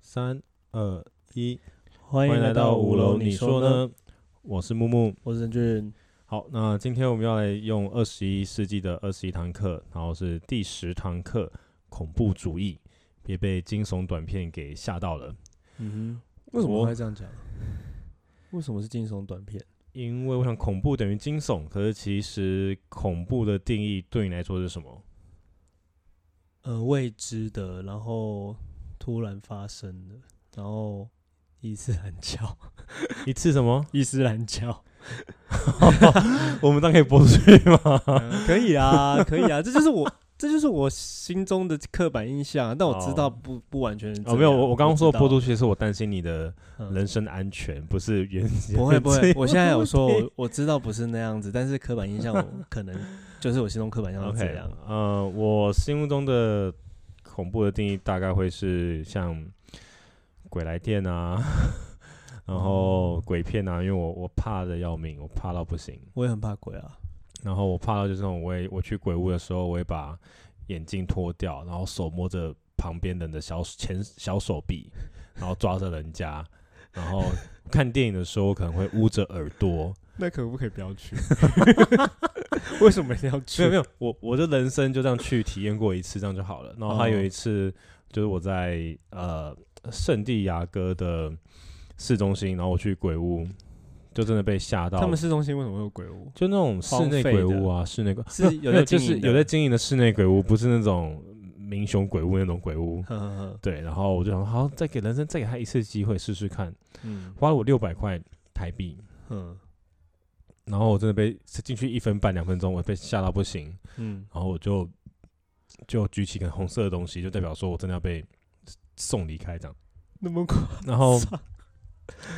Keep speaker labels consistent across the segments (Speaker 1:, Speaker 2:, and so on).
Speaker 1: 三二一，
Speaker 2: 欢
Speaker 1: 欢
Speaker 2: 迎
Speaker 1: 迎来到
Speaker 2: 五
Speaker 1: 五
Speaker 2: 楼，
Speaker 1: 楼。
Speaker 2: 你
Speaker 1: 你说
Speaker 2: 呢？
Speaker 1: 呢？我是木木。
Speaker 2: 我是陈俊，
Speaker 1: 好，那今天我们要来用二十一世纪的二十一堂课，然后是第十堂课——恐怖主义，别被惊悚短片给吓到了。
Speaker 2: 嗯哼，
Speaker 1: 为什么我
Speaker 2: 这样讲？为什么是惊悚短片？
Speaker 1: 因为我想，恐怖等于惊悚，可是其实恐怖的定义对你来说是什么？
Speaker 2: 呃，未知的，然后突然发生的，然后伊斯兰 教，？
Speaker 1: 一次什么
Speaker 2: 伊斯兰教、
Speaker 1: 我们当然可以播出去 吗？
Speaker 2: 嗯可以啊，可以啊，这就是我，这就是我心中的刻板印象啊。但我知道
Speaker 1: 哦
Speaker 2: 不不完全是这
Speaker 1: 哦，没有，
Speaker 2: 样
Speaker 1: 我我刚刚说
Speaker 2: 知道
Speaker 1: 播出去是我担心你的
Speaker 2: 嗯
Speaker 1: 人身安全，不是原
Speaker 2: 不会不会，我现在有说，
Speaker 1: 问
Speaker 2: 我我知道不是那样子，但是刻板印象我可能就是我心中刻板印象是
Speaker 1: OK，
Speaker 2: 这样。
Speaker 1: 呃，我心目中的恐怖的定义大概会是像鬼来电啊， 然后
Speaker 2: 哦
Speaker 1: 鬼片啊，因为我我怕的要命，我怕到不行。
Speaker 2: 我也很怕鬼啊，
Speaker 1: 然后我怕到就是那种，我会我去鬼屋的时候，我会把眼镜脱掉，然后手摸着旁边人的小前小手臂，然后抓着人家。然后看电影的时候，我可能会捂着耳朵。
Speaker 2: 那可不可以不 要去？为什么一定要去
Speaker 1: 没有没有，我我的人生就这样去体验过一次，这样就好了。然后还有
Speaker 2: 哦
Speaker 1: 一次，就是我在呃圣地亚哥的市中心，然后我去鬼屋，就真的被吓到。
Speaker 2: 他们市中心为什么会有鬼屋？
Speaker 1: 就那种室内鬼屋啊，室内鬼
Speaker 2: 是
Speaker 1: 没
Speaker 2: 有
Speaker 1: 没
Speaker 2: 在
Speaker 1: 就
Speaker 2: 经
Speaker 1: 是
Speaker 2: 营的
Speaker 1: 有在经营的室内鬼屋，不是那种民雄鬼屋那种鬼 屋。
Speaker 2: 呵呵呵，
Speaker 1: 对，然后我就想，好，再给人生再给他一次机会试试看，
Speaker 2: 嗯
Speaker 1: 花了我六百块台币，
Speaker 2: 嗯
Speaker 1: 然后我真的被进去一分半两分钟，我被吓到不行。
Speaker 2: 嗯，
Speaker 1: 然后我就就举起个红色的东西，就代表说我真的要被送离开这样。
Speaker 2: 那么快
Speaker 1: 然后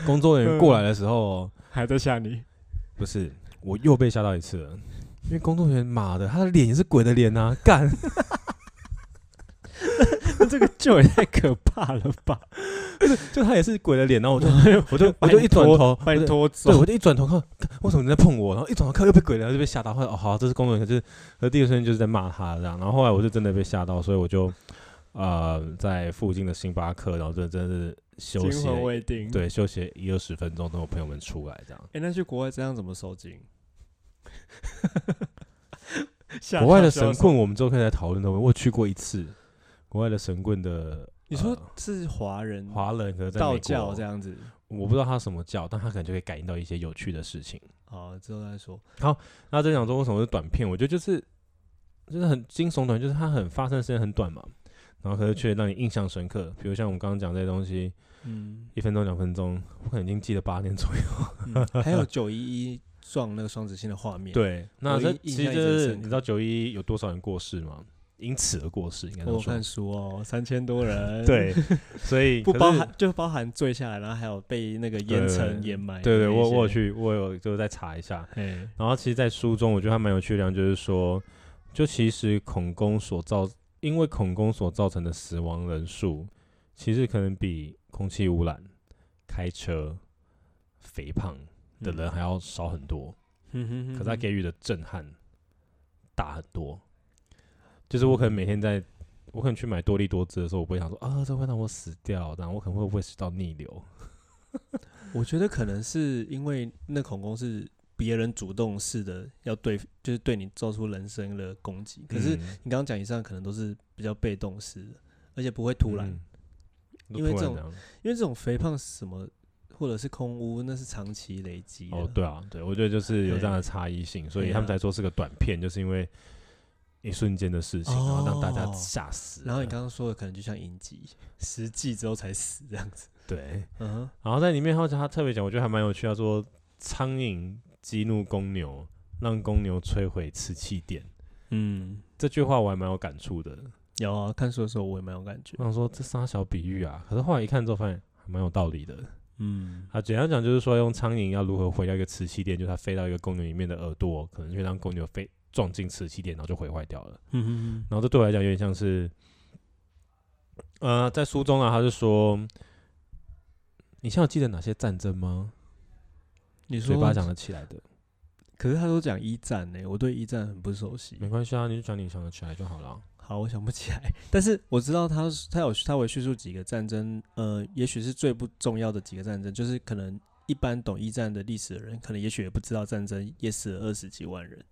Speaker 1: 工作人员过来
Speaker 2: 嗯
Speaker 1: 的时候，哦
Speaker 2: 还在 吓你？
Speaker 1: 不是我又被吓到一次了，因为工作人员妈的，他的脸也是鬼的脸呐、干！
Speaker 2: 这个就也太可怕了吧！
Speaker 1: 就他也是鬼的脸，然后我 就 我就我就一转头，
Speaker 2: 拜
Speaker 1: 我就。
Speaker 2: 托
Speaker 1: 对，
Speaker 2: 走
Speaker 1: 我，就一转头看，看为什么你在碰我？然后一转头看又被鬼了，然后就被吓到。后来哦，好，这是工作人员，就是和第一个瞬间就是在骂他这样。然后后来我就真的被吓到，所以我就呃在附近的星巴克，然后真真的是休
Speaker 2: 惊
Speaker 1: 息
Speaker 2: 魂
Speaker 1: 了
Speaker 2: 未定。，
Speaker 1: 对，休息一二十分钟，等我朋友们出来这样。
Speaker 2: 哎，那去国外这样怎么收 金？吓
Speaker 1: 国外
Speaker 2: 到
Speaker 1: 的
Speaker 2: 啊需要
Speaker 1: 神
Speaker 2: 收
Speaker 1: 棍，我们之后可以来讨论的。我有去过一次，国外的神棍的，
Speaker 2: 你说是华人
Speaker 1: 呃、华人可能在美
Speaker 2: 道
Speaker 1: 国
Speaker 2: 教这，样子？
Speaker 1: 我不知道他什么教，但他可能就可以感应到一些有趣的事情。
Speaker 2: 好，之后再说。
Speaker 1: 那在讲说为什么是短片，我觉得就是就是很惊悚短，就是它很发生的时间很短嘛，然后可是却让你印象深刻。比如像我们刚刚讲这些东西，
Speaker 2: 嗯，
Speaker 1: 一分钟两分钟，我可能已经记得八年左右。
Speaker 2: 嗯还有九一一撞那个双子星的画面。，
Speaker 1: 对，那
Speaker 2: 我
Speaker 1: 这
Speaker 2: 印
Speaker 1: 其
Speaker 2: 印
Speaker 1: 实
Speaker 2: 象
Speaker 1: 就
Speaker 2: 也是
Speaker 1: 是
Speaker 2: 深
Speaker 1: 你
Speaker 2: 刻
Speaker 1: 知道九一有多少人过世吗？因此而过世，应该这么
Speaker 2: 我有
Speaker 1: 说
Speaker 2: 看。书哦，三千多 人。，
Speaker 1: 对，所以
Speaker 2: 不
Speaker 1: 可
Speaker 2: 包
Speaker 1: 是
Speaker 2: 含就包含坠下来，然后还有被那个
Speaker 1: 对
Speaker 2: 烟
Speaker 1: 对
Speaker 2: 尘
Speaker 1: 对
Speaker 2: 掩埋。
Speaker 1: 对对，我我有。去，我有就是再查一下。
Speaker 2: 哎，
Speaker 1: 然后其实，在书中我觉得还蛮有趣的地方，就是说，就其实恐攻所造，因为恐攻所造成的死亡人数，其实可能比空气污染、开车、肥胖的人还要少很多，
Speaker 2: 嗯哼哼
Speaker 1: 可
Speaker 2: 哼
Speaker 1: 是他给予的震撼大很多。就是我可能每天在，我可能去买多利多汁的时候，我不会想说啊，这会让我死掉，然后我可能会胃食道逆流。
Speaker 2: 我觉得可能是因为那恐攻是别人主动式的要对，就是对你造出人身的攻击。可是
Speaker 1: 嗯
Speaker 2: 你刚刚讲以上可能都是比较被动式的，而且不会突然，
Speaker 1: 嗯
Speaker 2: 因为
Speaker 1: 突然
Speaker 2: 这种
Speaker 1: 样
Speaker 2: 因为这种肥胖什么或者是空污，那是长期累积的。
Speaker 1: 哦，对啊，对，我觉得就是有这样的差异
Speaker 2: 哎
Speaker 1: 性，所以他们才说是个短片，就是因为一瞬间的事情，然后让大家
Speaker 2: 哦
Speaker 1: 吓死了。
Speaker 2: 然后你刚刚说的可能就像影集，十季之后才死这样子。
Speaker 1: 对，
Speaker 2: 嗯
Speaker 1: 然后在里面，他他特别讲，我觉得还蛮有趣，他说苍蝇激怒公牛，让公牛摧毁瓷器店。
Speaker 2: 嗯，
Speaker 1: 这句话我还蛮有感触的，
Speaker 2: 有啊，看书的时候我也蛮有感觉
Speaker 1: 我。想说这仨小比喻啊，可是后来一看之后发现还蛮有道理的。
Speaker 2: 嗯，
Speaker 1: 啊，简单讲就是说，用苍蝇要如何毁掉一个瓷器店，就是它飞到一个公牛里面的耳朵，可能就会让公牛飞撞进瓷器店，然后就毁坏掉了。
Speaker 2: 嗯哼
Speaker 1: 然后这对我来讲有点像是，呃，在书中啊，他是说，你现在有记得哪些战争吗？
Speaker 2: 你说
Speaker 1: 嘴巴讲得起来的，
Speaker 2: 可是他都讲一战呢、我对一战很不熟悉
Speaker 1: 嗯没。关系啊，你就讲你想得起来就好了。
Speaker 2: 好，我想不起来， 但是我知道他他有他会叙述几个战争，呃，也许是最不重要的几个战争，就是可能一般懂一战的历史的人，可能也许也不知道战争也死了二十几万人。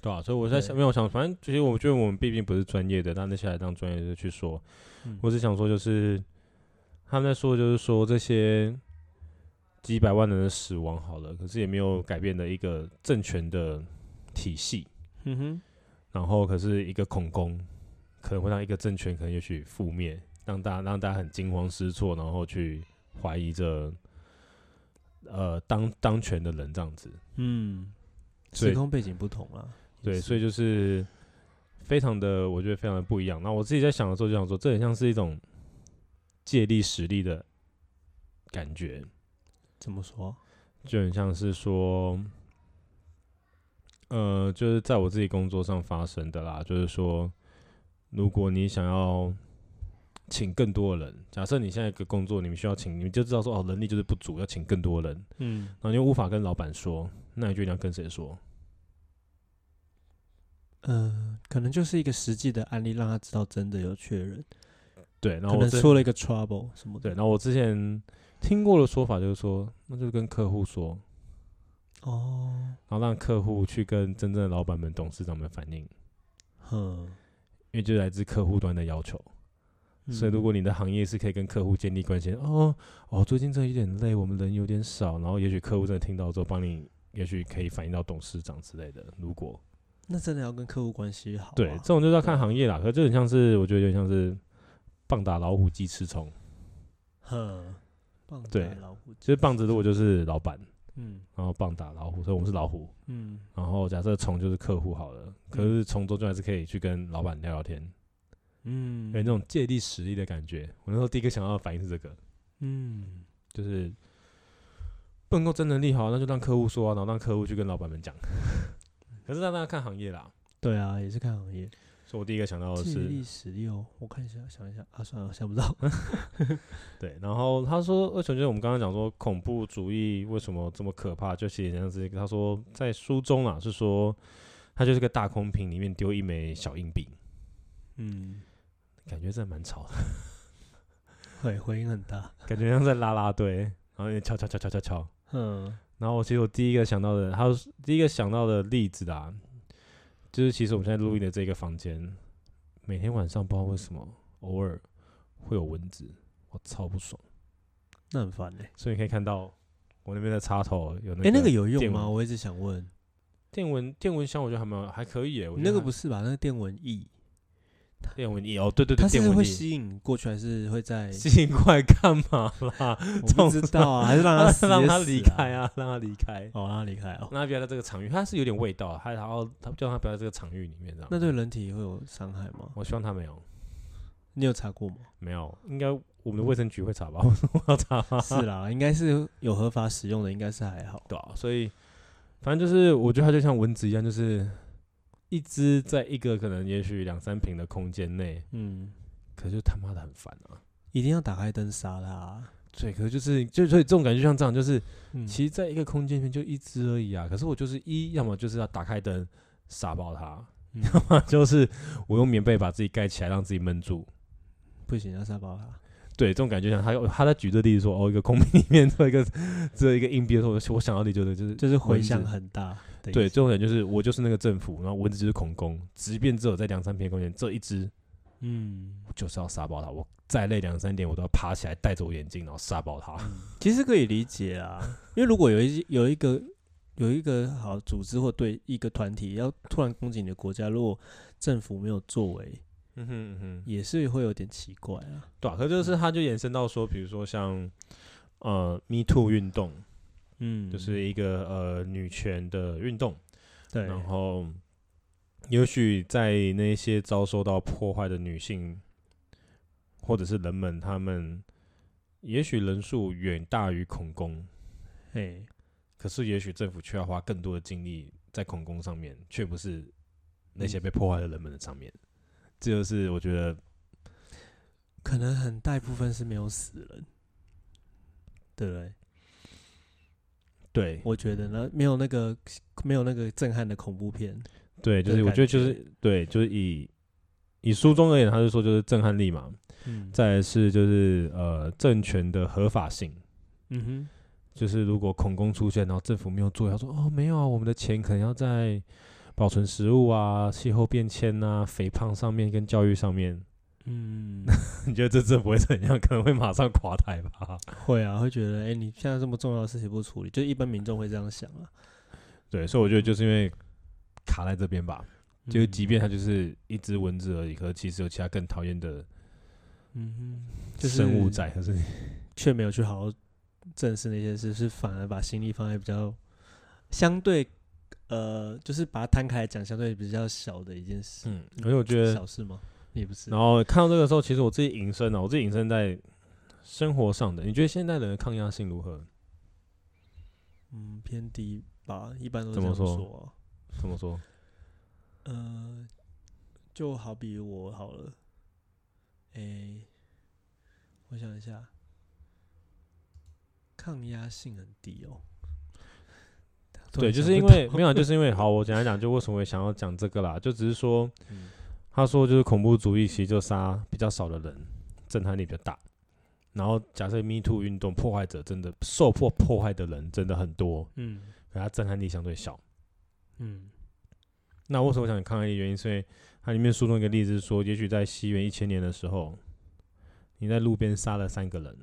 Speaker 1: 对啊，所以我在
Speaker 2: 对
Speaker 1: 想，没有想，反正其实我觉得我们毕竟不是专业的，但那些来当专业的去说，
Speaker 2: 嗯
Speaker 1: 我只想说就是他们在说就是说这些几百万人的死亡好了，可是也没有改变的一个政权的体系，
Speaker 2: 嗯哼，
Speaker 1: 然后可是一个恐攻可能会让一个政权可能也许覆灭，让大家让大家很惊慌失措，然后去怀疑着呃当当权的人这样子，
Speaker 2: 嗯，
Speaker 1: 对
Speaker 2: 时空背景不同啊。
Speaker 1: 对，所
Speaker 2: 以
Speaker 1: 以就是非常的，我觉得非常的不一样。那我自己在想的时候，就想说，这很像是一种借力使力的感觉，
Speaker 2: 怎么说？
Speaker 1: 就很像是说，呃，就是在我自己工作上发生的啦。就是说，如果你想要请更多的人，假设你现在一个工作，你们需要请，你们就知道说，哦，人力就是不足，要请更多人，
Speaker 2: 嗯，
Speaker 1: 然后你又无法跟老板说，那你就一定要跟谁说？
Speaker 2: 呃，可能就是一个实际的案例，让他知道真的有缺人，
Speaker 1: 对，然后
Speaker 2: 可
Speaker 1: 我
Speaker 2: 能
Speaker 1: 这
Speaker 2: 出了一个 trouble 什么
Speaker 1: 对，
Speaker 2: 的。
Speaker 1: 然后我之前听过的说法就是说，那就是跟客户说，
Speaker 2: 哦，
Speaker 1: 然后让客户去跟真正的老板们、董事长们反映，因
Speaker 2: 哼，
Speaker 1: 为这来自客户端的要求。
Speaker 2: 嗯
Speaker 1: 所以，如果你的行业是可以跟客户建立关系，哦哦，最近这有点累，我们人有点少，然后也许客户真的听到之后，帮你，也许可以反映到董事长之类的。如果
Speaker 2: 那真的要跟客户关系好啊、
Speaker 1: 对这种就是要看行业啦，可是就很像是，我觉得有点像是棒打老虎，鸡吃虫。
Speaker 2: 哼，棒打
Speaker 1: 对
Speaker 2: 老虎
Speaker 1: 其实棒子如果就是老板，
Speaker 2: 嗯
Speaker 1: 然后棒打老虎，所以我们是老虎，
Speaker 2: 嗯
Speaker 1: 然后假设虫就是客户好了，可是从中就还是可以去跟老板聊聊天，
Speaker 2: 嗯，
Speaker 1: 有那哎种借力使力的感觉。我那时候第一个想到的反应是这个，
Speaker 2: 嗯
Speaker 1: 就是不能够真能力好，那就让客户说啊、然后让客户去跟老板们讲。 可是让大家看行业啦，
Speaker 2: 对啊，也是看行业，
Speaker 1: 所以我第一个想到的
Speaker 2: 借
Speaker 1: 是
Speaker 2: 力使力哦。我看一下，想一下啊，算了，想不到。
Speaker 1: 对。然后他说，而且就是我们刚刚讲说恐怖主义为什么这么可怕，就写这样子。他说在书中啊是说，他就是个大空瓶里面丢一枚小硬币，
Speaker 2: 嗯，
Speaker 1: 感觉真的蛮吵的。
Speaker 2: 会回音很大。
Speaker 1: 感觉像在拉拉队，然后也敲敲敲敲敲敲。
Speaker 2: 嗯
Speaker 1: 然后我其实我第一个想到的，还有第一个想到的例子啊，就是其实我们现在录音的这个房间，每天晚上不知道为什么偶尔会有蚊子，我超不爽。
Speaker 2: 那很烦哎、欸。
Speaker 1: 所以你可以看到我那边的插头有那个、
Speaker 2: 哎、那个有用
Speaker 1: 电
Speaker 2: 吗？
Speaker 1: 蚊
Speaker 2: 我一直想问。
Speaker 1: 电蚊电蚊香，我觉得还蛮还可以诶、我
Speaker 2: 你
Speaker 1: 觉得
Speaker 2: 那个
Speaker 1: 还
Speaker 2: 不是吧？那个电蚊液，
Speaker 1: 电蚊液哦，对对对，
Speaker 2: 它是
Speaker 1: 电
Speaker 2: 不是
Speaker 1: 蚊
Speaker 2: 会
Speaker 1: 液
Speaker 2: 吸引过去，还是会 在？
Speaker 1: 吸引过来干嘛啦？
Speaker 2: 我不知道 啊，还是让它死
Speaker 1: 让
Speaker 2: 也
Speaker 1: 它
Speaker 2: 死
Speaker 1: 离开！啊，让它离开。
Speaker 2: 哦，让它离开哦。
Speaker 1: 让他不要在这个场域，它是有点味道啊，它然后它叫他不要在这个场域里面这样。
Speaker 2: 那对人体会有伤害吗？
Speaker 1: 我希望他没有，
Speaker 2: 你有查过吗？
Speaker 1: 没有，应该我们的卫生局会查 吧？我说我要查吗？
Speaker 2: 是啦，应该是有合法使用的，应该是还好。
Speaker 1: 对啊，所以反正就是我觉得它就像蚊子一样，就是一只在一个可能也许两三平的空间内，
Speaker 2: 嗯，
Speaker 1: 可是他妈的很烦啊。
Speaker 2: 一定要打开灯杀它啊。
Speaker 1: 对，可是就是就所以这种感觉就像这样，就是
Speaker 2: 嗯
Speaker 1: 其实在一个空间里面就一只而已啊。可是我就是一，要么就是要打开灯杀爆它，
Speaker 2: 嗯
Speaker 1: 要么就是我用棉被把自己盖起来，让自己闷住。
Speaker 2: 不行，要杀爆它。
Speaker 1: 对，这种感觉像他有他在举这例子说，哦，一个空瓶里面做一个做一个硬币的时候，我我想到的就是就是
Speaker 2: 就是回响
Speaker 1: 蚊子
Speaker 2: 很大的意思。
Speaker 1: 对，这种人就是我就是那个政府，然后蚊子就是孔工，即便只有在两三片空间这一只，
Speaker 2: 嗯，
Speaker 1: 我就是要杀爆它，我再累两三点我都要爬起来戴着我眼镜，然后杀爆它。
Speaker 2: 其实可以理解啊，因为如果有一有一个有一个好组织或对一个团体要突然攻击你的国家，如果政府没有作为，
Speaker 1: 嗯哼嗯哼，
Speaker 2: 也是会有点奇怪啊。
Speaker 1: 对、啊，可就是他就延伸到说，比如说像呃 Me Too 运动，
Speaker 2: 嗯
Speaker 1: 就是一个呃女权的运动，
Speaker 2: 对，
Speaker 1: 然后，也许在那些遭受到破坏的女性，或者是人们，他们也许人数远大于恐攻，
Speaker 2: 嘿，
Speaker 1: 可是也许政府却要花更多的精力在恐攻上面，却不是那些被破坏的人们的上面。这就是我觉得，
Speaker 2: 可能很大一部分是没有死人，对不
Speaker 1: 嗯
Speaker 2: 对？
Speaker 1: 对
Speaker 2: 我觉得呢，没有那个没有那个震撼的恐怖片，
Speaker 1: 对，就是
Speaker 2: 的
Speaker 1: 我
Speaker 2: 感
Speaker 1: 觉得就
Speaker 2: 觉
Speaker 1: 是对，就是以以书中而言，他是说就是震撼力嘛，
Speaker 2: 嗯
Speaker 1: 再来是就是呃政权的合法性，
Speaker 2: 嗯哼，
Speaker 1: 就是如果恐攻出现，然后政府没有做，他说哦没有啊，我们的钱可能要在保存食物啊、气候变迁啊、肥胖上面跟教育上面，
Speaker 2: 嗯，
Speaker 1: 你觉得这政府会怎样？可能会马上垮台吧？
Speaker 2: 会啊，会觉得，哎、你现在这么重要的事情不处理，就一般民众会这样想啊。
Speaker 1: 对，所以我觉得就是因为卡在这边吧，
Speaker 2: 嗯
Speaker 1: 就是即便它就是一只蚊子而已，可是其实有其他更讨厌的
Speaker 2: 嗯哼，就是
Speaker 1: 生物在，可是
Speaker 2: 却没有去好好正视那些事，是反而把心力放在比较相对，呃，就是把它摊开来讲，相对比较小的一件事。
Speaker 1: 嗯，而且我觉得，
Speaker 2: 小事吗？也不是。
Speaker 1: 然后看到这个时候，其实我自己隐身了、啊我自己隐身在生活上的。你觉得现代人的抗压性如何？
Speaker 2: 嗯，偏低吧，一般都是
Speaker 1: 怎
Speaker 2: 这
Speaker 1: 么
Speaker 2: 样
Speaker 1: 说
Speaker 2: 说啊。
Speaker 1: 怎么说？
Speaker 2: 呃，就好比我好了，诶、我想一下，抗压性很低哦。突
Speaker 1: 对，
Speaker 2: 然
Speaker 1: 就
Speaker 2: 想
Speaker 1: 是因
Speaker 2: 不到
Speaker 1: 为没有啊，就是因为好，我简单讲，就为什么会想要讲这个啦，就只是说，
Speaker 2: 嗯
Speaker 1: 他说就是恐怖主义其实就杀比较少的人，震撼力比较大。然后假设 Me Too 运动破坏者真的受迫破坏的人真的很多，
Speaker 2: 嗯
Speaker 1: 可它震撼力相对小。
Speaker 2: 嗯
Speaker 1: 那为什么我想抗议的原因，是因为它里面书中一个例子是说，也许在西元一千年的时候，你在路边杀了三个人，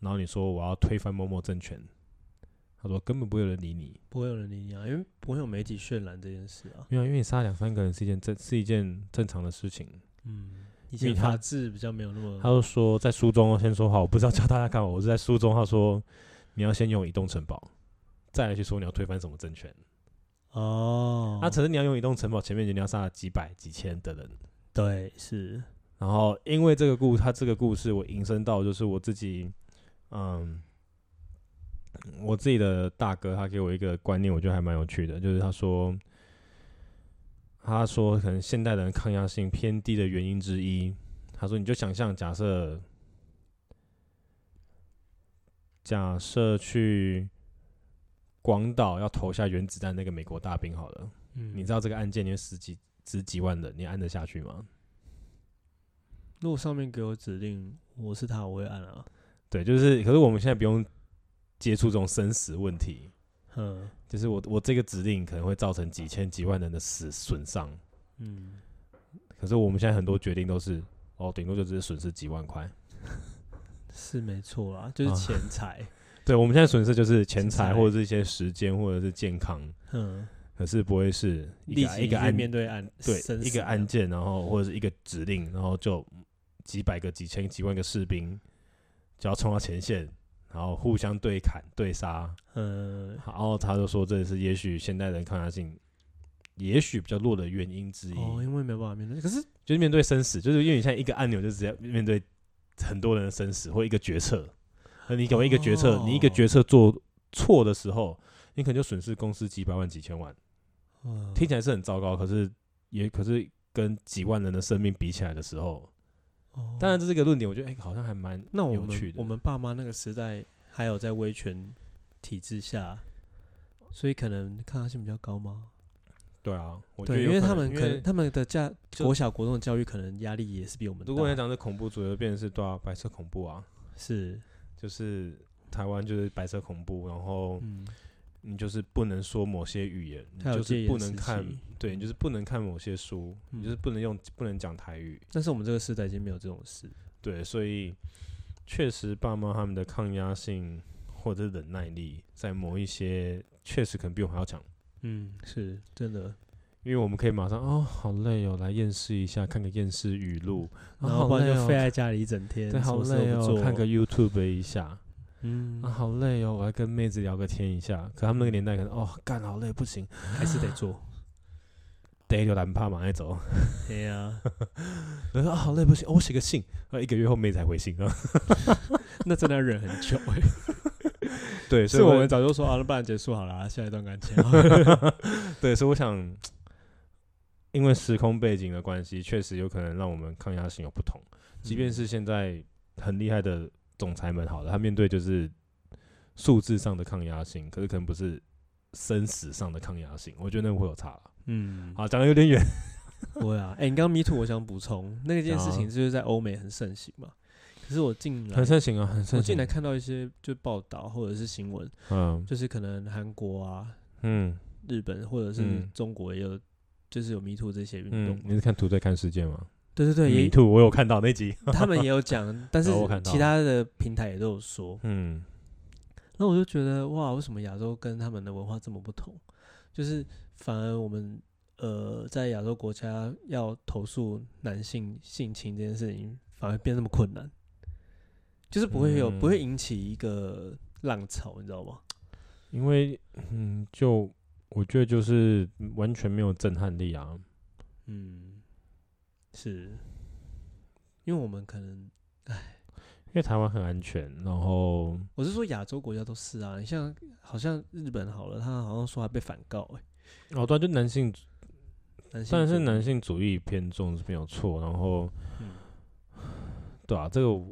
Speaker 1: 然后你说我要推翻某某政权，他说根本不会有人理你，
Speaker 2: 不会有人理你啊，因为不会有媒体渲染这件事啊。
Speaker 1: 没有，因为你杀两三个人是一件正是一件正常的事情。
Speaker 2: 嗯，以
Speaker 1: 因为
Speaker 2: 前
Speaker 1: 他
Speaker 2: 法制比较没有那么
Speaker 1: 他就说在书中先说好，我不知道教大家干嘛，我是在书中他说你要先用以动城堡，再来去说你要推翻什么政权。
Speaker 2: 哦，
Speaker 1: 那、啊可是你要用以动城堡，前面你要杀了几百几千的人。
Speaker 2: 对是
Speaker 1: 然后因为这个故，他这个故事，我引申到就是我自己，嗯，我自己的大哥他给我一个观念，我觉得还蛮有趣的，就是他说，他说可能现代人抗压性偏低的原因之一，他说你就想象假设，假设去广岛要投下原子弹那个美国大兵好了，
Speaker 2: 嗯，
Speaker 1: 你知道这个案件里面十几十几万人，你按得下去吗？
Speaker 2: 如果上面给我指令，我是他我会按啊。
Speaker 1: 对，就是，可是我们现在不用接触这种生死问题，
Speaker 2: 嗯
Speaker 1: 就是我我这个指令可能会造成几千几万人的死损伤，
Speaker 2: 嗯，
Speaker 1: 可是我们现在很多决定都是，哦，顶多就只是损失几万块。
Speaker 2: 是没错啦，就是
Speaker 1: 啊
Speaker 2: 钱财。
Speaker 1: 对，我们现在损失就是钱
Speaker 2: 钱
Speaker 1: 财
Speaker 2: 财
Speaker 1: 或者是一些时间或者是健康，
Speaker 2: 嗯，
Speaker 1: 可是不会是一
Speaker 2: 立
Speaker 1: 个
Speaker 2: 即
Speaker 1: 一个
Speaker 2: 去
Speaker 1: 案
Speaker 2: 面对案
Speaker 1: 对
Speaker 2: 生
Speaker 1: 一
Speaker 2: 死啊
Speaker 1: 个案
Speaker 2: 的
Speaker 1: 件，然后或者是一个指令，然后就几百个、几千、几万个士兵就要冲到前线，然后互相对砍、对杀，
Speaker 2: 嗯，
Speaker 1: 然后他就说，这是也许现代人抗压性也许比较弱的原因之一，
Speaker 2: 哦，因为没有办法面对，可是
Speaker 1: 就是面对生死，就是因为你现在一个按钮就直接面对很多人的生死或一个决策，而你可能一个决策，你一个
Speaker 2: 哦
Speaker 1: 决策做错的时候，你可能就损失公司几百万、几千万，
Speaker 2: 嗯
Speaker 1: 听起来是很糟糕，可是也可是跟几万人的生命比起来的时候，
Speaker 2: 哦
Speaker 1: 当然这是一个论点，我觉得哎、好像还蛮
Speaker 2: 那我
Speaker 1: 有趣
Speaker 2: 们
Speaker 1: 的
Speaker 2: 我们爸妈那个时代还有在威权体制下，所以可能抗压性比较高吗？
Speaker 1: 对啊，我觉得
Speaker 2: 对，
Speaker 1: 有
Speaker 2: 因为他
Speaker 1: 能
Speaker 2: 们
Speaker 1: 因
Speaker 2: 可能他们的家
Speaker 1: 就
Speaker 2: 国小国中的教育可能压力也是比我们大。
Speaker 1: 如果你要讲这恐怖主义，就变成是对啊，白色恐怖啊。
Speaker 2: 是
Speaker 1: 就是台湾就是白色恐怖，然后
Speaker 2: 嗯，
Speaker 1: 你就是不能说某些语言，你
Speaker 2: 还
Speaker 1: 嗯
Speaker 2: 有
Speaker 1: 就
Speaker 2: 戒
Speaker 1: 是
Speaker 2: 严
Speaker 1: 不能
Speaker 2: 时
Speaker 1: 看
Speaker 2: 期，
Speaker 1: 对，你就是不能看某些书，
Speaker 2: 嗯
Speaker 1: 你就是不能用不能讲台语，
Speaker 2: 但是我们这个时代已经没有这种事。
Speaker 1: 对，所以确实爸妈他们的抗压性或者是忍耐力，在某一些确实可能比我们还要强，
Speaker 2: 嗯，是真
Speaker 1: 啊
Speaker 2: 的。
Speaker 1: 因为我们可以马上哦，好累哦，来厌世一下，看个厌世语录，啊
Speaker 2: 然后不
Speaker 1: 好
Speaker 2: 然
Speaker 1: 累
Speaker 2: 就
Speaker 1: 哦
Speaker 2: 废在家里一整天，
Speaker 1: 对，
Speaker 2: 什
Speaker 1: 好
Speaker 2: 么事都
Speaker 1: 累
Speaker 2: 不
Speaker 1: 哦
Speaker 2: 做，，
Speaker 1: 看个 YouTube 一下，
Speaker 2: 嗯
Speaker 1: 啊，，好累哦，我要跟妹子聊个天一下。可他们那个年代可能哦，干好累，不行，
Speaker 2: 还是得做。
Speaker 1: 得就懒怕马上走。
Speaker 2: 对呀，
Speaker 1: 然后说啊，好累，不行，哦我写个信，呃，一个月后妹才回信啊。
Speaker 2: 那真的要忍很久 欸
Speaker 1: 对，所
Speaker 2: 是
Speaker 1: 以
Speaker 2: 我们早就说啊，那不然结束好了啊，下一段感 情好了。
Speaker 1: 对，所以我想，因为时空背景的关系，确实有可能让我们抗压性有不同。即便是现在很厉害的总裁们，好了，他面对就是数字上的抗压性，可是可能不是生死上的抗压性，我觉得那会有差了。
Speaker 2: 嗯，
Speaker 1: 好，讲的有点远，
Speaker 2: 对啊，哎、你刚刚 Me Too，我想补充那件事
Speaker 1: 啊
Speaker 2: 情，就是在欧美很盛行嘛。可是我进 来
Speaker 1: 很，盛行啊，很
Speaker 2: 我
Speaker 1: 盛
Speaker 2: 进
Speaker 1: 行
Speaker 2: 来。看到一些就报道或者是新闻，
Speaker 1: 嗯
Speaker 2: 就是可能韩国啊、
Speaker 1: 嗯
Speaker 2: 日本或者是
Speaker 1: 嗯
Speaker 2: 中国也有，就是有 Me Too 这些运动
Speaker 1: 嗯
Speaker 2: 嘛。，
Speaker 1: 你是看图在看世界吗？
Speaker 2: 对对对，也
Speaker 1: 迷途我有看到那集。
Speaker 2: 他们也有讲， 但是
Speaker 1: 我看到
Speaker 2: 其他的平台也都有说。
Speaker 1: 嗯
Speaker 2: 那我就觉得哇，为什么亚洲跟他们的文化这么不同？就是反而我们呃在亚洲国家要投诉男性性侵这件事情，反而变那么困难，就是不会有、
Speaker 1: 嗯
Speaker 2: 不会引起一个浪潮，你知道吗？
Speaker 1: 因为嗯，就我觉得就是完全没有震撼力啊。
Speaker 2: 嗯，是因为我们可能
Speaker 1: 因为台湾很安全，然后
Speaker 2: 我是说亚洲国家都是啊，你像好像日本好了，他好像说还被反告哎、
Speaker 1: 哦对啊、就男性，
Speaker 2: 男
Speaker 1: 当然
Speaker 2: 性
Speaker 1: 是
Speaker 2: 主义
Speaker 1: 男性主义偏重是没有错，然后
Speaker 2: 嗯
Speaker 1: 对啊，这个我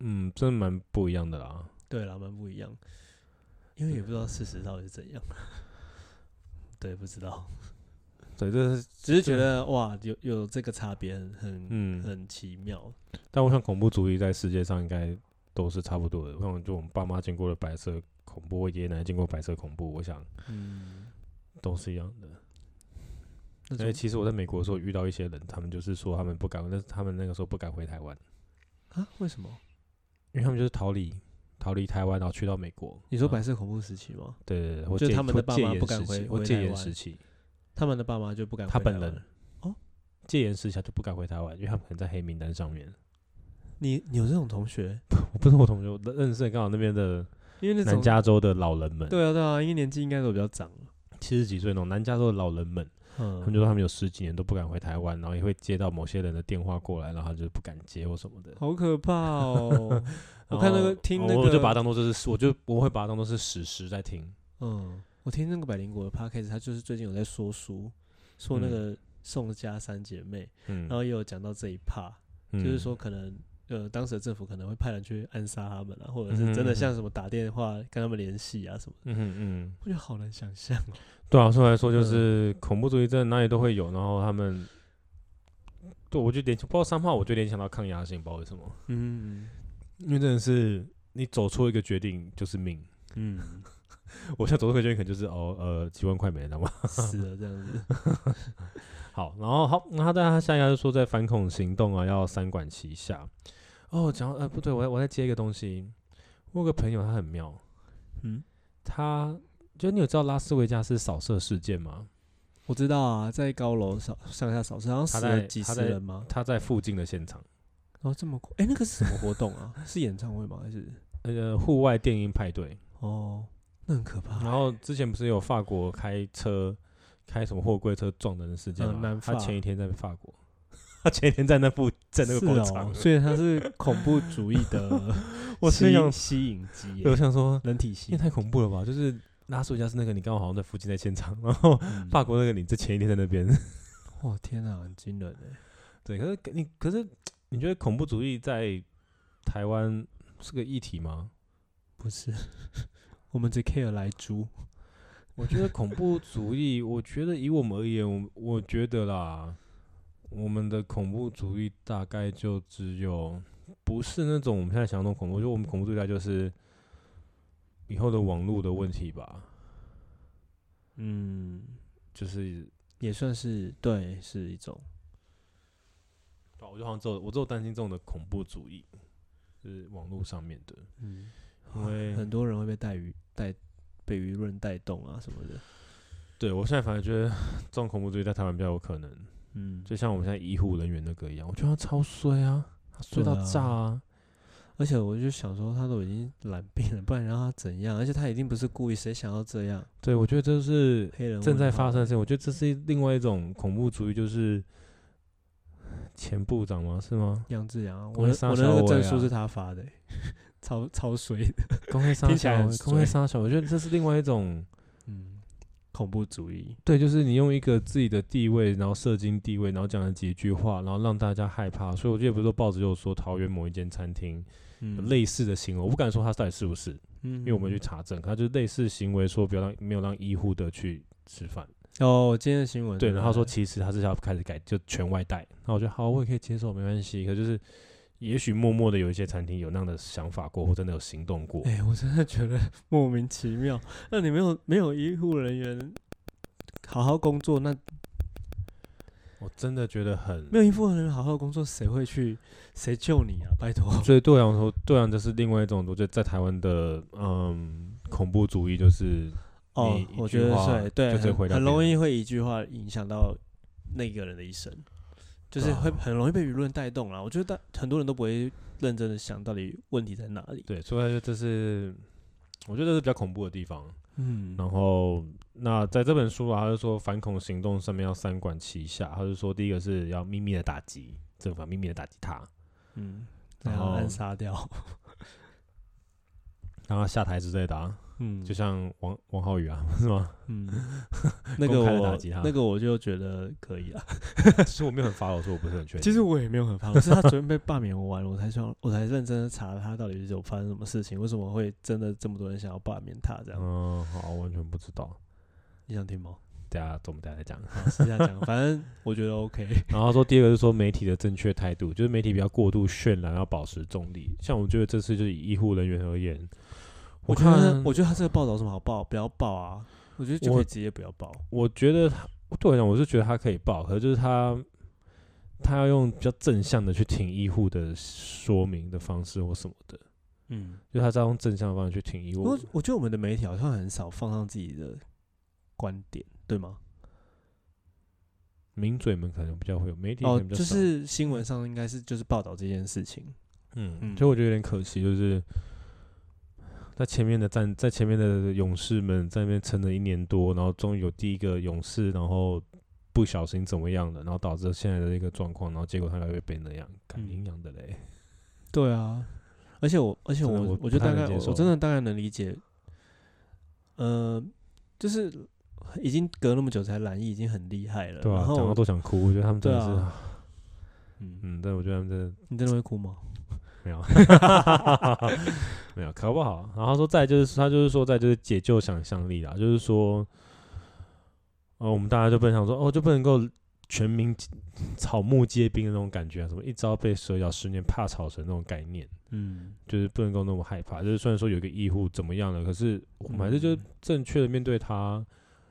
Speaker 1: 嗯，真的蛮不一样的啦。
Speaker 2: 对啦，蛮不一样，因为也不
Speaker 1: 啊
Speaker 2: 知道事实到底是怎样。 对，不知道，
Speaker 1: 对，这是
Speaker 2: 只是觉得哇，有有这个差别很很、
Speaker 1: 嗯，
Speaker 2: 很奇妙。
Speaker 1: 但我想恐怖主义在世界上应该都是差不多的。我想就我们爸妈经过了白色恐怖，我爷爷奶奶经过白色恐怖，我想
Speaker 2: 嗯，
Speaker 1: 都是一样的。
Speaker 2: 那
Speaker 1: 因
Speaker 2: 种
Speaker 1: 为其实我在美国的时候遇到一些人，他们就是说他们不敢，但是他们那个时候不敢回台湾，
Speaker 2: 啊，为什么？
Speaker 1: 因为他们就是逃离逃离台湾，然后去到美国。
Speaker 2: 你说
Speaker 1: 啊
Speaker 2: 白色恐怖时期吗？
Speaker 1: 对对对，或
Speaker 2: 就是
Speaker 1: 戒
Speaker 2: 他们的
Speaker 1: 或
Speaker 2: 爸
Speaker 1: 戒
Speaker 2: 妈
Speaker 1: 严
Speaker 2: 不敢
Speaker 1: 时期
Speaker 2: 回
Speaker 1: 或
Speaker 2: 回
Speaker 1: 戒
Speaker 2: 台
Speaker 1: 严
Speaker 2: 湾
Speaker 1: 时期，
Speaker 2: 他们的爸妈就不敢。
Speaker 1: 他本人，
Speaker 2: 哦，
Speaker 1: 戒严时期他就不敢回台湾，因为他们可能在黑名单上面。
Speaker 2: 你你有这种同学？
Speaker 1: 我不是我同学，我认认识的刚好那边的
Speaker 2: 因为那
Speaker 1: 南
Speaker 2: 种
Speaker 1: 加州的老人们，，
Speaker 2: 对啊对啊，因为年纪应该都比较长了。
Speaker 1: 七十几岁那种南加州的老人们，他们
Speaker 2: 嗯，
Speaker 1: 就说他们有十几年都不敢回台湾，然后也会接到某些人的电话过来，然后他就不敢接或什么的。
Speaker 2: 好可怕 哦。我
Speaker 1: 然
Speaker 2: 看那
Speaker 1: 后哦
Speaker 2: 个听
Speaker 1: 我
Speaker 2: 那
Speaker 1: 我就
Speaker 2: 个
Speaker 1: 把它当做这是，我就我会把它当做是史实在听。
Speaker 2: 嗯，我听那个百灵果的 podcast，他就是最近有在说书，说那
Speaker 1: 嗯
Speaker 2: 个宋家三姐妹，
Speaker 1: 嗯，
Speaker 2: 然后也有讲到这一 part，、
Speaker 1: 嗯
Speaker 2: 就是说可能呃当时的政府可能会派人去暗杀他们啊，或者是真的
Speaker 1: 嗯哼嗯
Speaker 2: 像
Speaker 1: 哼
Speaker 2: 什么打电话跟他们联系啊什么的，
Speaker 1: 嗯哼嗯，
Speaker 2: 我觉得好难想象哦。
Speaker 1: 对啊，说来说
Speaker 2: 嗯
Speaker 1: 就是恐怖主义在哪里都会有，然后他们，对我就联想，不知道三号我就联想到抗压性，不知道为什么，
Speaker 2: 嗯
Speaker 1: 因为真的是你走错一个决定就是命。
Speaker 2: 嗯，
Speaker 1: 我现在走错一个决定可能就是哦呃几万块没了嘛。
Speaker 2: 死了这样子，
Speaker 1: 好，然后好，那他他下一个就说在反恐行动啊要三管齐下。哦，讲到呃不对，我再我再接一个东西，我有个朋友他很妙，
Speaker 2: 嗯，
Speaker 1: 他就你有知道拉斯维加斯扫射事件吗？
Speaker 2: 我知道啊，在高楼扫上下扫射，
Speaker 1: 他
Speaker 2: 好像死
Speaker 1: 在
Speaker 2: 了几
Speaker 1: 他
Speaker 2: 十
Speaker 1: 在
Speaker 2: 人吗？
Speaker 1: 他在附近的现场，
Speaker 2: 然后这么哎、诶那个是什么活动啊？ 是演唱会吗？还是
Speaker 1: 呃，户外电音派对。
Speaker 2: 哦，那很可怕欸、
Speaker 1: 然后之前不是有法国开车开什么货柜车撞人的事件
Speaker 2: 嗯
Speaker 1: 吗
Speaker 2: 南？
Speaker 1: 他
Speaker 2: 法
Speaker 1: 前一天在法国， 他前一天在那附 在那个
Speaker 2: 是
Speaker 1: 广场
Speaker 2: 哦，，所以它是恐怖主义的
Speaker 1: 我
Speaker 2: 吸
Speaker 1: 心想
Speaker 2: 引，吸引机耶
Speaker 1: 我，想说，
Speaker 2: 人体
Speaker 1: 因为
Speaker 2: 吸。
Speaker 1: 太恐怖了吧？就是拉斯维加斯那个，你刚好好像在附近在现场，然后
Speaker 2: 嗯
Speaker 1: 法国那个你这前一天在那 边，
Speaker 2: 哇，天啊，很惊人哎！
Speaker 1: 对，可是你可是你觉得恐怖主义在台湾是个议题吗？
Speaker 2: 不 是，我们只 care 来猪，
Speaker 1: 我觉得恐怖主义，我觉得以我们而言，我我觉得啦，我们的恐怖主义大概就只有不是那种我们现在想的那种恐怖，就我们恐怖主义大概就是以后的网络的问题吧，
Speaker 2: 嗯，
Speaker 1: 就是
Speaker 2: 也算是对，是一种。
Speaker 1: 对啊我就好像只有我只有担心这种的恐怖主义，就是网络上面的，
Speaker 2: 嗯，
Speaker 1: 因为
Speaker 2: 很多人会被带舆带被舆论带动啊什么的。
Speaker 1: 对我现在反而觉得这种恐怖主义在台湾比较有可能，
Speaker 2: 嗯，
Speaker 1: 就像我们现在医护人员那个一样，我觉得他超衰啊，他衰到
Speaker 2: 对啊
Speaker 1: 炸啊
Speaker 2: 而且我就想说，他都已经染病了，不然让他怎样？而且他一定不是故意，谁想要这样？
Speaker 1: 对，我觉得这是
Speaker 2: 黑人
Speaker 1: 正
Speaker 2: 问
Speaker 1: 在
Speaker 2: 号
Speaker 1: 发生的事情。我觉得这是另外一种恐怖主义，就是前部长吗？是 吗？
Speaker 2: 杨志阳啊，
Speaker 1: 公
Speaker 2: 我
Speaker 1: 会
Speaker 2: 的
Speaker 1: 杀
Speaker 2: 我的
Speaker 1: 小
Speaker 2: 那个
Speaker 1: 薇
Speaker 2: 证
Speaker 1: 啊
Speaker 2: 书是他发的欸、 超超水的。
Speaker 1: 公会杀
Speaker 2: 听起来
Speaker 1: 小
Speaker 2: 很，
Speaker 1: 公会
Speaker 2: 衰
Speaker 1: 杀小，我觉得这是另外一种，
Speaker 2: 嗯，恐怖主义。
Speaker 1: 对，就是你用一个自己的地位，然后社经地位，然后讲了几句话，然后让大家害怕。所以我记得不是说报纸有说桃园某一间餐厅有
Speaker 2: 嗯，
Speaker 1: 类似的行为，我不敢说它到底是不是，
Speaker 2: 嗯，因
Speaker 1: 因为我们去查证，它就是类似行为，说不要让没有让医护的去吃饭。
Speaker 2: 哦，今天的新闻
Speaker 1: 对，
Speaker 2: 不
Speaker 1: 然后他说其实他是要开始改，就全外带。那我觉得好，我也可以接受，没关系。可就是，也许默默的有一些餐厅有那样的想法过，或真的有行动过。
Speaker 2: 哎、我真的觉得 莫名其妙。那你没有没有医护人员好好工作，那
Speaker 1: 我真的觉得很
Speaker 2: 没有医护人员好好工作，谁会去？谁救你啊？拜托！
Speaker 1: 所以对我来说，对啊，这是另外一种，我觉得在台湾的嗯恐怖主义就是
Speaker 2: 哦
Speaker 1: 你，一
Speaker 2: 我
Speaker 1: 句
Speaker 2: 觉得
Speaker 1: 话
Speaker 2: 是对，
Speaker 1: 就只
Speaker 2: 很
Speaker 1: 回答
Speaker 2: 很
Speaker 1: 别
Speaker 2: 容
Speaker 1: 人
Speaker 2: 易会一句话影响到那个人的一生，就是
Speaker 1: 对啊
Speaker 2: 会很容易被舆论带动啦。我觉得大很多人都不会认真的想到底问题在哪里。
Speaker 1: 对，所以这是我觉得这是比较恐怖的地方。
Speaker 2: 嗯，
Speaker 1: 然后，那在这本书啊，他就说反恐行动上面要三管齐下。他就说，第一个是要秘密的打击政府要秘密的打击他，
Speaker 2: 嗯，然
Speaker 1: 然
Speaker 2: 后
Speaker 1: 后
Speaker 2: 暗杀掉。
Speaker 1: 让他下台之类的啊，
Speaker 2: 嗯，
Speaker 1: 就像王王浩宇啊，是 吗？
Speaker 2: 嗯，那个
Speaker 1: 公开地
Speaker 2: 我
Speaker 1: 打击他
Speaker 2: 那个我就觉得可以啊。
Speaker 1: 其实我没有很 follow，所以我不是很确定。
Speaker 2: 其实我也没有很怕，我是他昨天被罢免完，我才想，我才认真的查他到底是有发生什么事情，为什么会真的这么多人想要罢免他这样？
Speaker 1: 嗯，好，我完全不知道。
Speaker 2: 你想听吗？
Speaker 1: 等一下，我们等一下再讲。
Speaker 2: 好私下讲，反正我觉 得 OK。
Speaker 1: 然后他说第二个是说媒体的正确态度，就是媒体不要过度渲染，要保持中立。像我觉得这次就是以医护人员而言，
Speaker 2: 我觉得
Speaker 1: 看，
Speaker 2: 我觉得他这个报道有什么好报，不要报啊！我觉得就可以直接不要报。
Speaker 1: 我觉得他对我来讲，我是觉得他可以报，可是就是他他要用比较正向的去听医护的说明的方式或什么的，
Speaker 2: 嗯，
Speaker 1: 就他在用正向的方式去听医护
Speaker 2: 我。我觉得我们的媒体好像很少放上自己的观点，对吗？
Speaker 1: 名嘴们可能比较会有媒体可
Speaker 2: 哦，
Speaker 1: 能比较
Speaker 2: 就
Speaker 1: 少，
Speaker 2: 是新闻上应该是就是报道这件事情。嗯
Speaker 1: 嗯，所以我觉得有点可惜，就是在前面的战，在前面的勇士们在那边撑了一年多，然后终于有第一个勇士，然后不小心怎么样了，然后导致现在的一个状况，然后结果他还会变那样，干
Speaker 2: 嗯
Speaker 1: 营养的嘞。
Speaker 2: 对啊，而且我，而且
Speaker 1: 真的
Speaker 2: 我
Speaker 1: 我，
Speaker 2: 我
Speaker 1: 不
Speaker 2: 觉得
Speaker 1: 太
Speaker 2: 大
Speaker 1: 能
Speaker 2: 概
Speaker 1: 接
Speaker 2: 我，我
Speaker 1: 受
Speaker 2: 真的大概能理解。呃，就是已经隔那么久才蓝意，已经很厉害了。
Speaker 1: 对
Speaker 2: 呃然
Speaker 1: 啊，
Speaker 2: 后
Speaker 1: 讲到
Speaker 2: 我，
Speaker 1: 都想哭，我觉得他们真的
Speaker 2: 对啊
Speaker 1: 是，
Speaker 2: 嗯，
Speaker 1: 嗯，但我觉得他们真的
Speaker 2: 你真的会哭吗？
Speaker 1: 没有， 没有，考不好。然后他说再来就是他就是说再来就是解救想象力啦，就是说，呃，我们大家就不能想说哦，就不能够全民草木皆兵的那种感觉啊，什么一朝被蛇咬，十年怕草绳那种概念，
Speaker 2: 嗯，
Speaker 1: 就是不能够那么害怕。就是虽然说有一个医护怎么样了，可是我们还是就是
Speaker 2: 嗯
Speaker 1: 正确的面对他。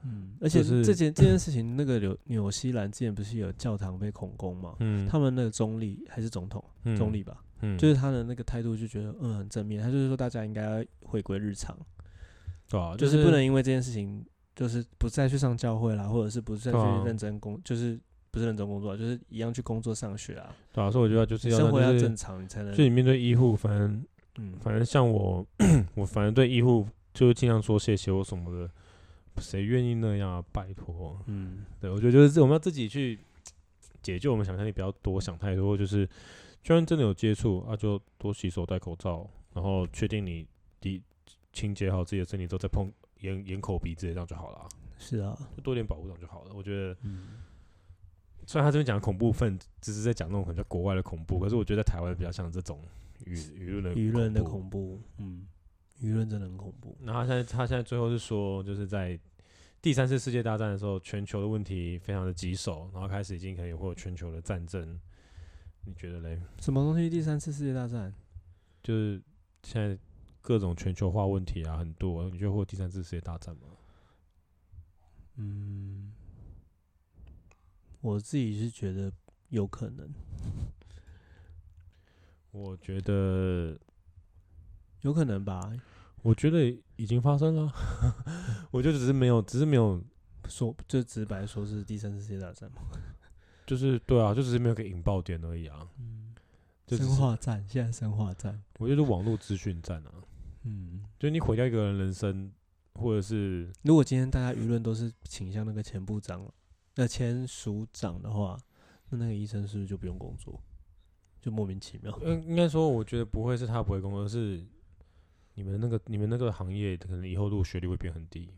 Speaker 2: 嗯，而且
Speaker 1: 就
Speaker 2: 这
Speaker 1: 是
Speaker 2: 件这件事情，那个纽纽西兰之前不是有教堂被恐攻吗？
Speaker 1: 嗯，
Speaker 2: 他们那个中立还是总统，
Speaker 1: 嗯
Speaker 2: 中立吧，
Speaker 1: 嗯
Speaker 2: 就是他的那个态度就觉得嗯很正面，他就是说大家应该要回归日常，
Speaker 1: 对啊，
Speaker 2: 就是是不能因为这件事情就是不再去上教会啦，或者是不再
Speaker 1: 对
Speaker 2: 去
Speaker 1: 啊
Speaker 2: 认真工，就是不是认真工作，啊就是一样去工作上学啊，
Speaker 1: 对啊，所以我觉得就是要
Speaker 2: 生活
Speaker 1: 就
Speaker 2: 要
Speaker 1: 是
Speaker 2: 正常，你才能
Speaker 1: 所以面对医护，反正
Speaker 2: 嗯
Speaker 1: 反正像我，我反正对医护就是尽量说谢谢我什么的，谁愿意那样啊？拜托，
Speaker 2: 嗯
Speaker 1: 对我觉得就是自我们要自己去解救我们想象力，不要多想太多。就是，就算真的有接触啊，就多洗手、戴口罩，然后确定你你清洁好自己的身体之后，再碰眼眼、口、鼻之类这样就好了啊，
Speaker 2: 是啊，
Speaker 1: 就多点保护这样就好了。我觉得，
Speaker 2: 嗯
Speaker 1: 虽然他这边讲恐怖分子，只是在讲那种很像国外的恐怖，可是我觉得在台湾比较像这种舆舆论的
Speaker 2: 舆论的
Speaker 1: 怖
Speaker 2: 恐怖，嗯，舆论真的很恐怖，
Speaker 1: 然后他现在他现在最后是说，就是在第三次世界大战的时候，全球的问题非常的棘手，然后开始已经可以会有全球的战争。你觉得嘞？
Speaker 2: 什么东西？第三次世界大战，
Speaker 1: 就是现在各种全球化问题啊，很多，你觉得会有第三次世界大战吗？
Speaker 2: 嗯，我自己是觉得有可能。
Speaker 1: 我觉得，
Speaker 2: 有可能吧，
Speaker 1: 我觉得已经发生了， 我就只是没有，只是没有，
Speaker 2: 说就直白说是第三次世界大战嘛，
Speaker 1: 就是对啊，就只是没有个引爆点而已啊。
Speaker 2: 嗯，
Speaker 1: 就只
Speaker 2: 生
Speaker 1: 是
Speaker 2: 化战，现在生化战，
Speaker 1: 我觉得网络资讯战啊，
Speaker 2: 嗯，
Speaker 1: 就是你毁掉一个人人生，或者是
Speaker 2: 如果今天大家舆论都是倾向那个前部长了，那前署长的话，那那个医生是不是就不用工作？就莫名其妙，
Speaker 1: 嗯，应该说，我觉得不会是他不会工作，而是你们那个你们那个行业可能以后入学率会变很低，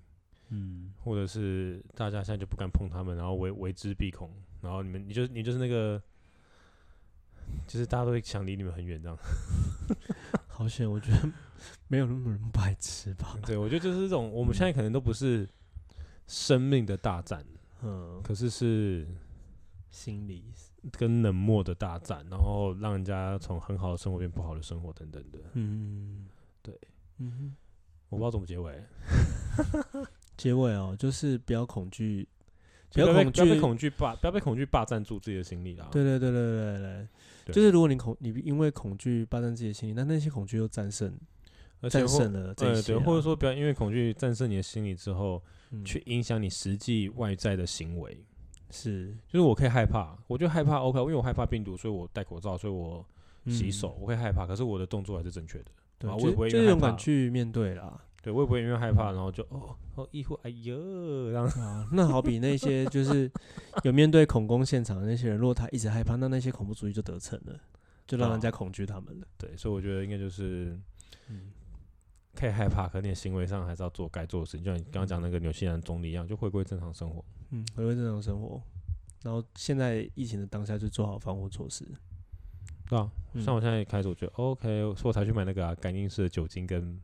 Speaker 2: 嗯，
Speaker 1: 或者是大家现在就不敢碰他们，然后为为之必恐，然后你们你就你就是那个，就是大家都会想离你们很远这样。
Speaker 2: 好险，我觉得没有那么白痴吧，
Speaker 1: 对，我觉得就是这种，我们现在可能都不是生命的大战，
Speaker 2: 嗯，
Speaker 1: 可是是
Speaker 2: 心理
Speaker 1: 跟冷漠的大战，然后让人家从很好的生活变不好的生活等等的。
Speaker 2: 嗯，
Speaker 1: 对，
Speaker 2: 嗯哼，
Speaker 1: 我不知道怎么结尾，
Speaker 2: 结尾哦，就是不要恐惧，不
Speaker 1: 就
Speaker 2: 要
Speaker 1: 不要被
Speaker 2: 恐
Speaker 1: 不要
Speaker 2: 惧
Speaker 1: 被恐惧霸，不要被恐惧霸占住自己的心理啦。
Speaker 2: 对对对对对对
Speaker 1: 啊对
Speaker 2: 就是如果你恐你因为恐惧霸占自己的心理，那那些恐惧又战胜
Speaker 1: 而且
Speaker 2: 战
Speaker 1: 或
Speaker 2: 胜了这一
Speaker 1: 呃
Speaker 2: 些啊、
Speaker 1: 对，或者说不要因为恐惧战胜你的心理之后，
Speaker 2: 嗯
Speaker 1: 去影响你实际外在的行为。
Speaker 2: 是
Speaker 1: 就是我可以害怕，我就害怕 OK，因为我害怕病毒，所以我戴口罩，所以我洗
Speaker 2: 嗯
Speaker 1: 手，我会害怕，可是我的动作还是正确的。
Speaker 2: 对，
Speaker 1: 啊
Speaker 2: 就
Speaker 1: 我也
Speaker 2: 是
Speaker 1: 不会因
Speaker 2: 嗯就
Speaker 1: 为
Speaker 2: 是
Speaker 1: 害
Speaker 2: 勇敢
Speaker 1: 怕
Speaker 2: 去面对啦。
Speaker 1: 对我也不会因为害怕，
Speaker 2: 嗯
Speaker 1: 然后就哦哦医护，哎呦，然后
Speaker 2: 啊，那好比那些就是有面对恐攻现场的那些人，如果他一直害怕，那那些恐怖主义就得逞了，就
Speaker 1: 啊
Speaker 2: 让人家恐惧他们了。
Speaker 1: 对，所以我觉得应该就是
Speaker 2: 嗯，
Speaker 1: 可以害怕，可是你的行为上还是要做该做的事情，就像你刚刚讲那个纽西兰总理一样，就回归正常生活。
Speaker 2: 嗯，回归正常生活。然后现在疫情的当下，就做好防护措施。
Speaker 1: 对啊，
Speaker 2: 嗯
Speaker 1: 像我现在一开始我觉得 OK，所以我才去买那个啊感应式的酒精跟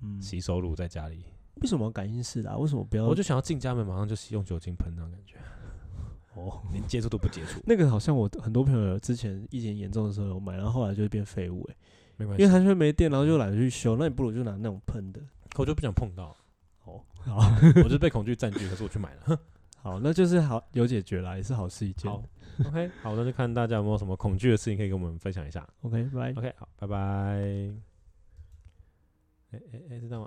Speaker 2: 嗯，
Speaker 1: 洗手乳在家里，
Speaker 2: 为什么要感应式的、啊？为什么不要？
Speaker 1: 我就想要进家门马上就用酒精喷那种感觉，
Speaker 2: 哦，，
Speaker 1: 连接触都不接触
Speaker 2: 那个好像我很多朋友之前疫情严重的时候有买，然后后来就变废物、欸，
Speaker 1: 没关
Speaker 2: 因为
Speaker 1: 系，
Speaker 2: 他就没电，然后就懒得去修，那你不如就拿那种喷的。
Speaker 1: 我就不想碰到，
Speaker 2: 哦，好
Speaker 1: 我就是被恐惧占据，可是我去买了。
Speaker 2: 好，那就是好有解决啦，也是好事一件。
Speaker 1: 好 OK，好，那就看大家有没有什么恐惧的事情可以跟我们分享一下。
Speaker 2: ，OK，拜。
Speaker 1: 嗯 OK，好，拜拜。哎哎哎，知道吗？